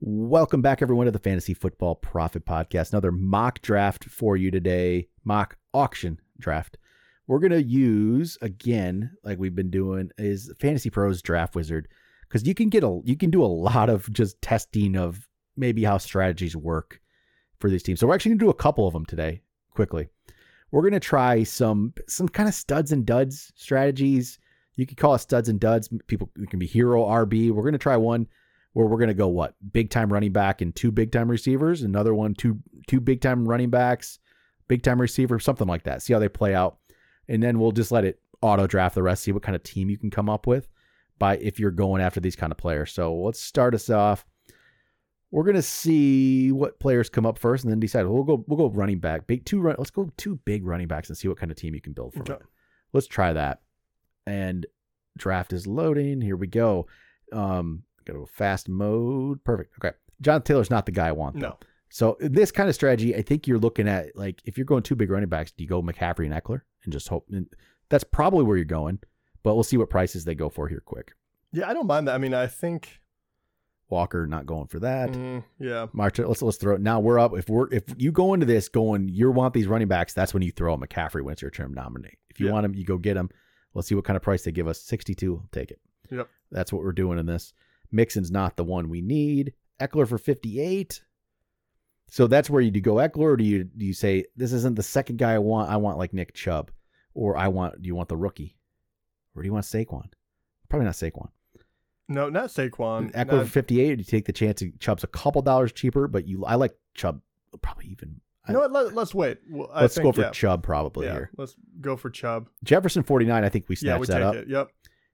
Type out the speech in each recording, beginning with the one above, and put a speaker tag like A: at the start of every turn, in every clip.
A: Welcome back, everyone, to the Fantasy Football Profit Podcast. Another mock draft for you today, mock auction draft. We're going to use again, like we've been doing, is Fantasy Pros Draft Wizard because you can get a you can do a lot of just testing of maybe how strategies work for these teams. So we're actually going to do a couple of them today quickly. We're going to try some some kind of studs and duds strategies. You could call it studs and duds. People it can be hero RB. We're going to try one where we're going to go what big time running back and two big time receivers. Another one two two big time running backs, big time receiver, something like that. See how they play out, and then we'll just let it auto draft the rest. See what kind of team you can come up with by if you're going after these kind of players. So let's start us off. We're gonna see what players come up first, and then decide. We'll go. We'll go running back. Big two. Run, let's go two big running backs and see what kind of team you can build from
B: Okay.
A: it. Let's try that. And draft is loading. Here we go. Um, gotta go fast mode. Perfect. Okay. John Taylor's not the guy I want. though.
B: No.
A: So this kind of strategy, I think you're looking at like if you're going two big running backs, do you go McCaffrey and Eckler and just hope? And that's probably where you're going. But we'll see what prices they go for here quick.
B: Yeah, I don't mind that. I mean, I think.
A: Walker not going for that.
B: Mm, yeah.
A: Martin, let's let's throw it. Now we're up. If we're if you go into this going, you want these running backs. That's when you throw a McCaffrey when it's your term nominate. If you
B: Yeah.
A: want them, you go get them. Let's see what kind of price they give us. Sixty two, take it.
B: Yep.
A: That's what we're doing in this. Mixon's not the one we need. Eckler for fifty eight. So that's where you do go Eckler, or do you do you say this isn't the second guy I want? I want like Nick Chubb, or I want do you want the rookie, or do you want Saquon? Probably not Saquon.
B: No, not Saquon.
A: Eckler
B: Not-
A: for 58, you take the chance of Chubb's a couple dollars cheaper, but you I like Chubb probably even.
B: you know what? Let, let's wait. Well, I
A: Let's
B: think,
A: go for
B: yeah,
A: Chubb probably
B: yeah,
A: here.
B: Let's go for Chubb.
A: Jefferson 49, I think we snatch
B: Yeah, we
A: that
B: take
A: up.
B: it. Yep.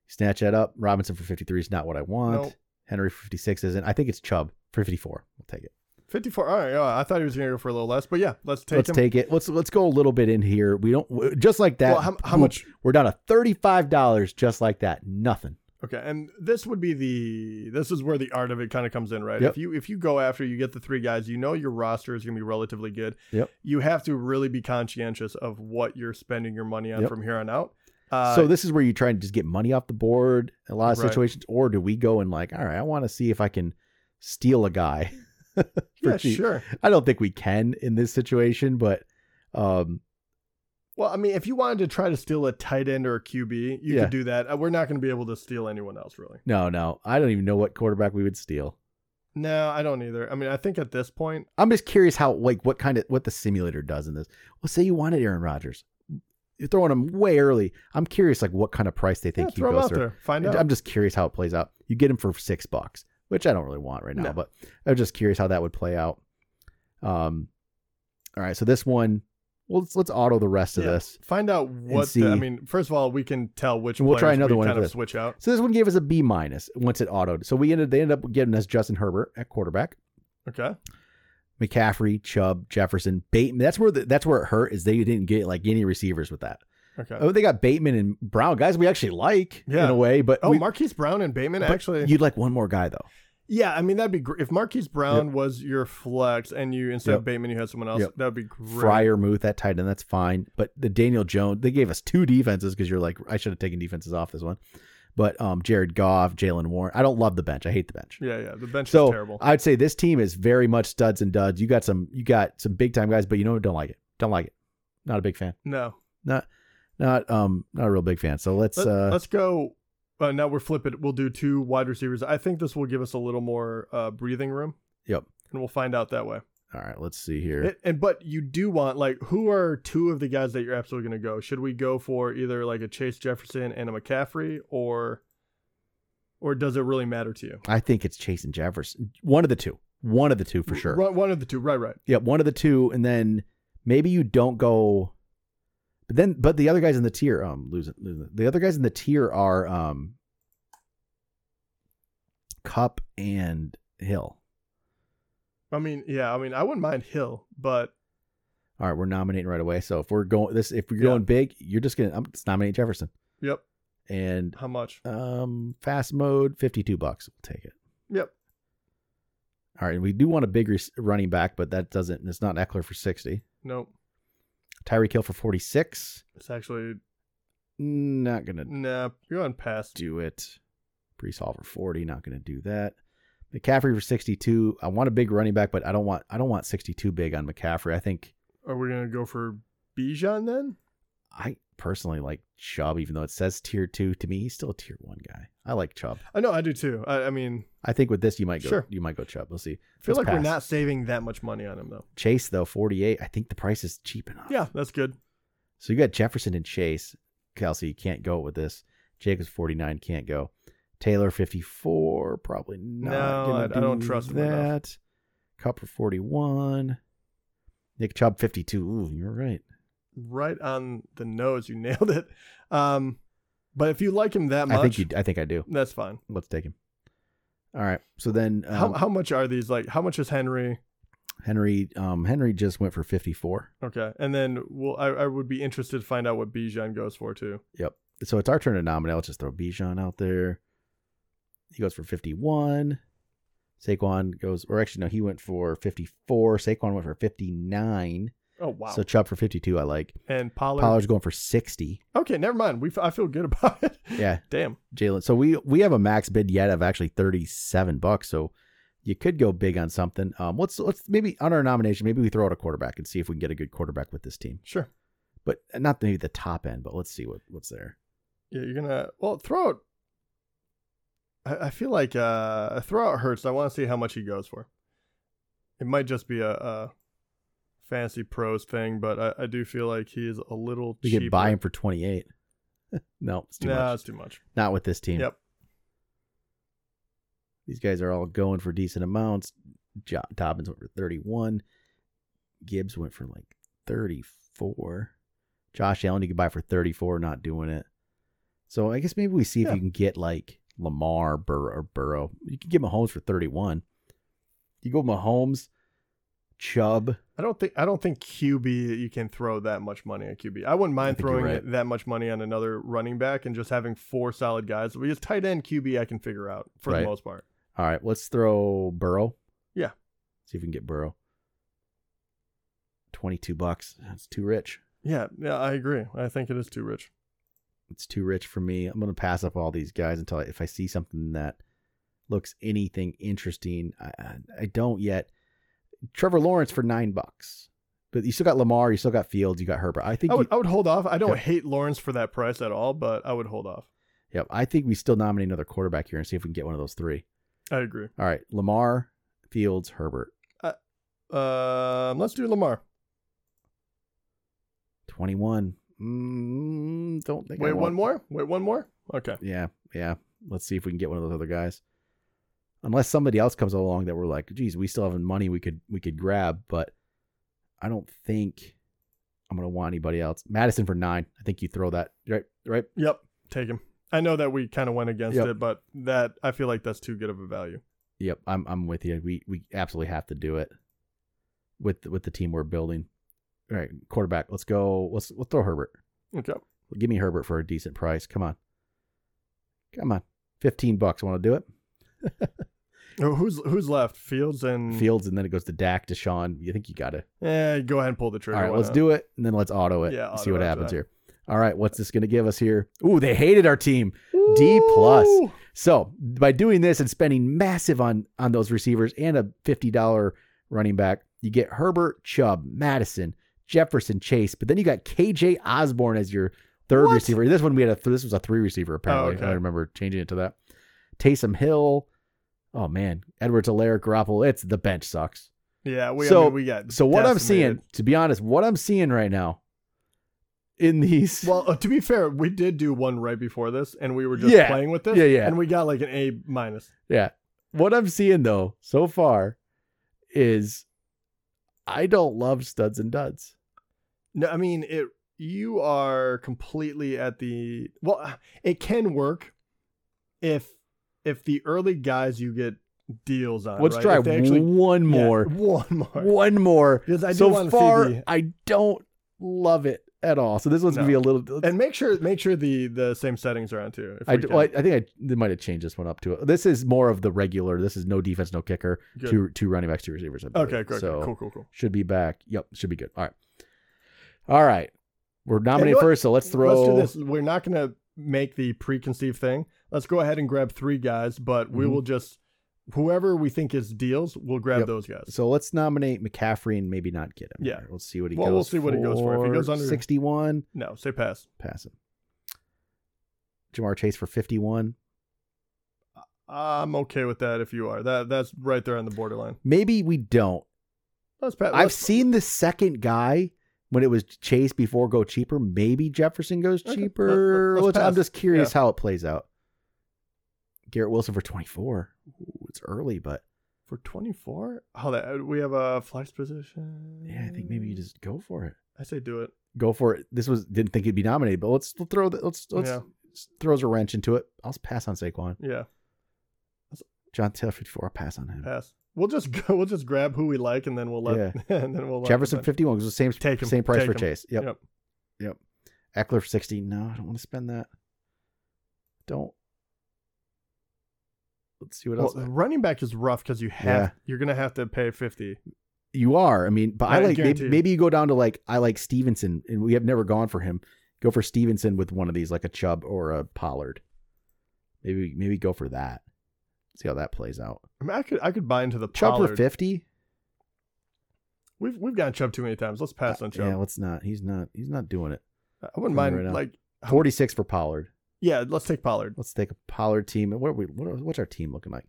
A: Snatch that up. Robinson for 53 is not what I want.
B: Nope.
A: Henry for 56 isn't. I think it's Chubb for 54. We'll take it.
B: 54. All right. yeah, I thought he was going to go for a little less, but yeah, let's take
A: let's
B: him.
A: take it. Let's let's go a little bit in here. We don't w- just like that.
B: well, how, how
A: boom,
B: much?
A: We're down to $35 just like that. Nothing.
B: Okay, and this would be the this is where the art of it kind of comes in, right?
A: Yep.
B: If you if you go after you get the three guys, you know your roster is going to be relatively good.
A: Yep.
B: You have to really be conscientious of what you're spending your money on
A: Yep.
B: from here on out. Uh,
A: so this is where you try and just get money off the board in a lot of
B: Right.
A: situations, or do we go and like, all right, I want to see if I can steal a guy for
B: yeah,
A: cheap?
B: sure.
A: I don't think we can in this situation, but um,
B: Well, I mean, if you wanted to try to steal a tight end or a QB, you
A: Yeah.
B: could do that. Uh, We're not going to be able to steal anyone else, really.
A: no, no, I don't even know what quarterback we would steal.
B: No, I don't either. I mean, I think at this point,
A: I'm just curious how like what kind of what the simulator does in this. Well, say you wanted Aaron Rodgers, you're throwing him way early. I'm curious like what kind of price they think
B: yeah,
A: he
B: throw him
A: goes
B: out
A: through.
B: there, find out.
A: I'm just curious how it plays out. You get him for six bucks, which I don't really want right now,
B: No.
A: but I'm just curious how that would play out. Um, all right, so this one, well, let's let's auto the rest of
B: Yeah.
A: this.
B: Find out what
A: see.
B: the, I mean. First of all, we can tell which
A: We'll try
B: players
A: another
B: we
A: one
B: kind
A: after
B: of
A: this.
B: switch out.
A: So this one gave us a B minus once it autoed. So we ended they ended up giving us Justin Herbert at quarterback,
B: Okay,
A: McCaffrey, Chubb, Jefferson, Bateman. That's where the, that's where it hurt is they didn't get like any receivers with that.
B: okay.
A: Oh, they got Bateman and Brown guys we actually like
B: Yeah.
A: in a way, but
B: Oh,
A: we,
B: Marquise Brown and Bateman
A: but
B: actually.
A: you'd like one more guy though.
B: yeah, I mean that'd be great if Marquise Brown was your flex and you instead
A: Yep.
B: of Bateman you had someone else.
A: Yep.
B: That'd be great.
A: Fryer Muth, that tight end, that's fine. But the Daniel Jones, they gave us two defenses because you're like, I should have taken defenses off this one. But um, Jared Goff, Jalen Warren, I don't love the bench. I hate the bench.
B: Yeah, yeah. The bench
A: so
B: is terrible.
A: I'd say this team is very much studs and duds. You got some, you got some big time guys, but you know, don't like it. Don't like it. Not a big fan.
B: no,
A: Not um, not a real big fan. So let's
B: Let,
A: uh,
B: us go. Uh, now we're flip it. We'll do two wide receivers. I think this will give us a little more uh, breathing room.
A: Yep.
B: And we'll find out that way.
A: all right, let's see here.
B: And, and but you do want like who are two of the guys that you're absolutely going to go? Should we go for either like a Chase Jefferson and a McCaffrey, or or does it really matter to you?
A: I think it's Chase and Jefferson. One of the two. One of the two for sure.
B: One, one of the two. Right, right.
A: Yeah, one of the two, and then maybe you don't go. But then, but the other guys in the tier, um, losing, losing the other guys in the tier are um, Cup and Hill.
B: I mean, yeah. I mean, I wouldn't mind Hill, but
A: All right, we're nominating right away. So if we're going this, if we're
B: Yeah.
A: going big, you're just gonna I'm just nominate Jefferson
B: yep.
A: and
B: How much?
A: um fast mode fifty two bucks. We'll take it.
B: Yep.
A: All right, and we do want a big res- running back, but that doesn't. It's not Eckler for sixty.
B: No,
A: Tyreek Hill for forty six.
B: it's actually
A: Not gonna
B: nah. You're on past.
A: do it. Brees Hall for 40, not going to do that. McCaffrey for 62. I want a big running back, but I don't want I don't want 62 big on McCaffrey. I think
B: Are we gonna go for Bijan then?
A: I personally like Chubb, even though it says tier two. To me, he's still a tier one guy. I like Chubb.
B: I know I do too. I, I mean,
A: I think with this you might go
B: Sure.
A: you might go Chubb. We'll see.
B: I feel
A: Let's
B: like we're
A: pass.
B: not saving that much money on him though.
A: Chase though, 48. I think the price is cheap enough.
B: Yeah, that's good.
A: So you got Jefferson and Chase. Kelsey you can't go with this. Jacobs 49 can't go. Taylor 54 probably not.
B: No,
A: gonna
B: I- I don't
A: do
B: trust him enough.
A: that. Cupper 41. Nick Chubb 52. Ooh, you're right.
B: Right on the nose, you nailed it. Um, but if you like him that much,
A: I think you. I think I do.
B: that's fine.
A: Let's take him. All right. So then um,
B: how how much are these? Like, how much is Henry?
A: Henry um, Henry just went for 54.
B: Okay, and then we'll, I I would be interested to find out what Bijan goes for too.
A: Yep. So it's our turn to nominate. Let's just throw Bijan out there. He goes for 51. Saquon goes, or actually, no, he went for 54. Saquon went for 59.
B: Oh wow!
A: So Chubb for 52, I like.
B: and Pollard.
A: Pollard's going for 60.
B: Okay, never mind. We f- I feel good about it.
A: Yeah.
B: Damn.
A: Jalen. So we we have a max bid yet of actually 37 bucks. So you could go big on something. Um, let's let's maybe on our nomination, maybe we throw out a quarterback and see if we can get a good quarterback with this team.
B: Sure.
A: But not maybe the top end, but let's see what what's there.
B: Yeah, you're gonna well throw out. I, I feel like uh throw out Hurts. I want to see how much he goes for. It might just be a, a fancy pros thing, but I, I do feel like he is a little
A: We
B: cheaper.
A: could buy him for 28. no, it's too
B: nah,
A: much.
B: it's too much.
A: Not with this team.
B: Yep.
A: These guys are all going for decent amounts. Jo- Dobbins went for 31. Gibbs went for like 34. Josh Allen, you could buy for 34, not doing it. So I guess maybe we see if
B: Yeah.
A: you can get like Lamar Burrow, or Burrow. You can get Mahomes for 31. You go Mahomes, Chubb.
B: I don't think I don't think QB you can throw that much money at QB. I wouldn't mind
A: think you're
B: throwing
A: right.
B: that much money on another running back and just having four solid guys. Because tight end QB I can figure out for
A: Right.
B: the most part.
A: All right, let's throw Burrow.
B: Yeah.
A: See if we can get Burrow. 22 bucks. That's too rich.
B: Yeah, yeah, I agree. I think it is too rich.
A: it's too rich for me. I'm gonna pass up all these guys until I, if I see something that looks anything interesting. I, I I don't yet. Trevor Lawrence for nine bucks, but you still got Lamar, you still got Fields, you got Herbert. I think.
B: I would,
A: you-
B: I would hold off. I don't
A: Yeah.
B: hate Lawrence for that price at all, but I would hold off.
A: yep, I think we still nominate another quarterback here and see if we can get one of those three.
B: I agree.
A: All right, Lamar, Fields, Herbert,
B: Um, let's do Lamar.
A: twenty one. Mm, don't think. I
B: Wait,
A: want-
B: one more. Wait, one more. Okay.
A: Yeah, yeah. Let's see if we can get one of those other guys. Unless somebody else comes along that we're like, geez, we still have money we could we could grab, but I don't think I'm gonna want anybody else. Madison for nine. I think you throw that right, right.
B: Yep. Take him. I know that we kind of went against
A: Yep.
B: it, but that I feel like that's too good of a value.
A: Yep, I'm I'm with you. We we absolutely have to do it with with the team we're building. All right, quarterback. Let's go. Let's let's throw Herbert.
B: Okay.
A: Give me Herbert for a decent price. Come on, come on. Fifteen bucks. Want to do it?
B: Oh, Who's who's left? Fields and
A: Fields, and then it goes to Dak, Deshaun. You think you got it?
B: Eh, go ahead and pull the trigger.
A: All right,
B: why
A: let's
B: not?
A: do it, and then let's auto it.
B: Yeah,
A: and
B: auto
A: see what
B: after
A: happens
B: that.
A: here. All right, what's this going to give us here? Ooh, they hated our team. D plus.
B: Ooh.
A: So by doing this and spending massive on on those receivers and a fifty dollar running back, you get Herbert, Chubb, Madison, Jefferson, Chase, but then you got KJ Osborne as your third
B: What? Oh,
A: receiver. This one we had a this was a three receiver apparently.
B: okay.
A: I remember changing it to that. Taysom Hill. Oh man, Edwards, Alaire, Garoppolo. It's the bench sucks.
B: Yeah, we I
A: So-
B: mean, we got.
A: So what I'm
B: decimated.
A: seeing, to be honest, what I'm seeing right now in these,
B: Well, uh, to be fair, we did do one right before this, and we were just
A: Yeah.
B: playing with this.
A: Yeah, yeah.
B: And we got like an A minus.
A: yeah, what I'm seeing though so far is I don't love studs and duds.
B: No, I mean it. You are completely at the well. It can work if if the early guys you get deals on.
A: Let's
B: Uh, right?
A: try
B: If they actually-
A: one
B: Yeah,
A: more,
B: one more.
A: one more.
B: Because I do
A: So
B: want
A: far,
B: to see the,
A: I don't love it at all. So this one's gonna
B: No.
A: be a little.
B: and make sure make sure the the same settings are on too. If
A: I,
B: we
A: d-
B: can.
A: well, I, I think I they might have changed this one up to it. This is more of the regular. This is no defense, no kicker,
B: Good.
A: two two running backs, two receivers. I believe.
B: Okay, good.
A: So-
B: cool, cool, cool.
A: Should be back. Yep, should be good. All right. All right. We're nominated
B: what?
A: first, so let's throw
B: Let's do this. We're not going to make the preconceived thing. Let's go ahead and grab three guys, but we
A: Mhm.
B: will just Whoever we think is deals, we'll grab
A: Yep.
B: those guys.
A: So let's nominate McCaffrey and maybe not get him.
B: Yeah.
A: All right, let's see what he
B: Well,
A: goes.
B: we'll see what he goes for. If he goes under-
A: sixty-one,
B: No, say pass.
A: pass him. Jamar Chase for fifty-one.
B: I'm okay with that if you are. That that's right there on the borderline.
A: Maybe we don't.
B: Uh, Let's pass.
A: I've seen the second guy when it was Chase before go cheaper. Maybe Jefferson goes
B: Okay,
A: cheaper.
B: let- let- let's
A: Let's- I'm
B: pass.
A: just curious how it plays out. Garrett Wilson for 24. Ooh, it's early, but
B: for 24. Oh, that we have a flex position.
A: yeah, I think maybe
B: Mm.
A: you just go for it.
B: I say do it.
A: Go for it. This was didn't think it'd be nominated, but let's throw the, let's let's
B: Yeah.
A: throws a wrench into it. I'll pass on Saquon.
B: Yeah,
A: John Taylor 54. I'll pass on him.
B: pass. We'll just go. We'll just grab who we like, and then we'll let. and then we'll let
A: Jefferson 51 was the same
B: Take him,
A: same price
B: take
A: for
B: him.
A: Chase. Yep.
B: Yep.
A: Yep. Eckler for 60. No, I don't want to spend that. Don't. Let's see what
B: Well, uh,
A: else.
B: running back is rough because you have you're gonna have to pay 50.
A: You are. I mean, but I,
B: I
A: like
B: guarantee
A: maybe,
B: you.
A: maybe you go down to like I like Stevenson and we have never gone for him. Go for Stevenson with one of these like a Chubb or a Pollard. Maybe maybe go for that. See how that plays out.
B: I mean, I could I could buy into the
A: Chubb for
B: Pollard.
A: 50?
B: We've we've gotten Chubb too many times. Let's pass on Chubb.
A: Uh, Yeah, let's not. He's not he's not doing it.
B: I wouldn't
A: Right
B: mind
A: now.
B: like
A: 46 for Pollard.
B: yeah. Let's take Pollard.
A: Let's take a Pollard team. And What are we? What are, what's our team looking like?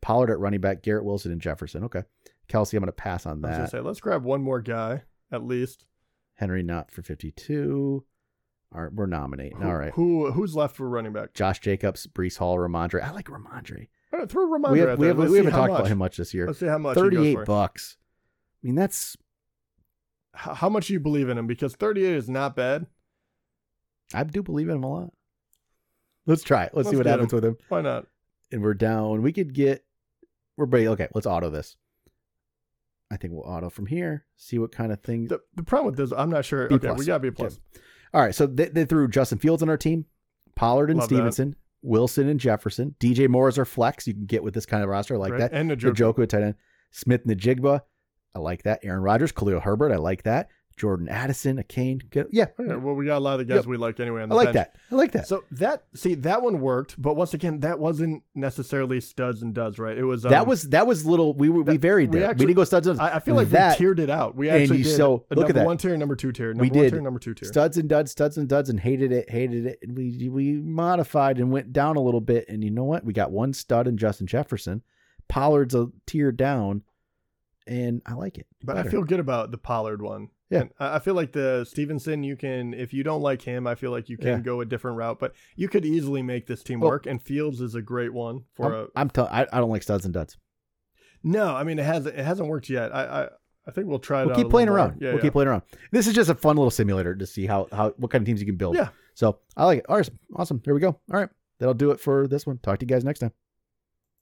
A: Pollard at running back, Garrett Wilson and Jefferson. Okay, Kelsey, I'm going to pass on
B: I was gonna
A: that.
B: say let's grab one more guy at least.
A: Henry not for 52. All right, we're nominating.
B: Who,
A: All right,
B: Who who's left for running back?
A: Josh Jacobs, Brees Hall, Ramondre. I like Ramondre.
B: All right, throw Ramondre
A: We,
B: out
A: have, we,
B: there.
A: have,
B: Let's
A: we
B: see
A: haven't
B: how
A: talked about
B: much.
A: him much this year.
B: Let's see how much. he goes
A: 38
B: for.
A: bucks. I mean, that's.
B: H- How much you believe in him? Because 38 is not bad.
A: I do believe in him a lot. Let's try it. Let's, see
B: Let's
A: what
B: get
A: happens with him.
B: Why not?
A: and we're down. We could get we're pretty okay. Let's auto this. I think we'll auto from here. See what kind of thing.
B: The, the problem with this, I'm not sure.
A: B
B: okay,
A: plus.
B: we got B plus.
A: All right, so they, they threw Justin Fields on our team, Pollard and
B: Love that.
A: Stevenson, Wilson and Jefferson, DJ Moore is our flex. You can get with this kind of roster I like
B: right?
A: that.
B: And the
A: The
B: joke.
A: Joker tight end, Smith Najigba, I like that. Aaron Rodgers, Khalil Herbert, I like that. Jordan Addison, a Kane, good. yeah,
B: well, we got a lot of the guys
A: Yep.
B: we like anyway.
A: I
B: On the
A: like
B: bench.
A: that. I like that.
B: So that see that one worked, but once again, that wasn't necessarily studs and duds, right? It was um,
A: that was that was little. We were, we
B: that-
A: varied
B: we
A: there.
B: actually-
A: we didn't go studs. and-
B: I, I feel like
A: that-
B: we tiered it out. We
A: and
B: actually
A: you-
B: did
A: so,
B: a
A: look at
B: number
A: that.
B: one tier, number two tier, number
A: We
B: one
A: did.
B: tier, number two tier.
A: studs and duds, studs and duds, and hated it, hated it. And we we modified and went down a little bit. And you know what? We got one stud in Justin Jefferson. Pollard's a tier down, and I like it.
B: but
A: better.
B: I feel good about the Pollard one.
A: Yeah.
B: And I I feel like the Stevenson. You can, if you don't like him, I feel like you can
A: Yeah.
B: go a different route. But you could easily make this team
A: Oh.
B: work. And Fields is a great one for
A: I'm,
B: a
A: I'm tell- I, I don't like studs and duds.
B: No, I mean it hasn't it hasn't worked yet. I I, I think we'll try it.
A: We'll
B: out
A: keep
B: a
A: playing
B: little more.
A: around.
B: Yeah,
A: we'll
B: yeah.
A: keep playing around. This is just a fun little simulator to see how how what kind of teams you can build.
B: Yeah.
A: So I like it. Awesome. Awesome. Here we go. All right. That'll do it for this one. Talk to you guys next time.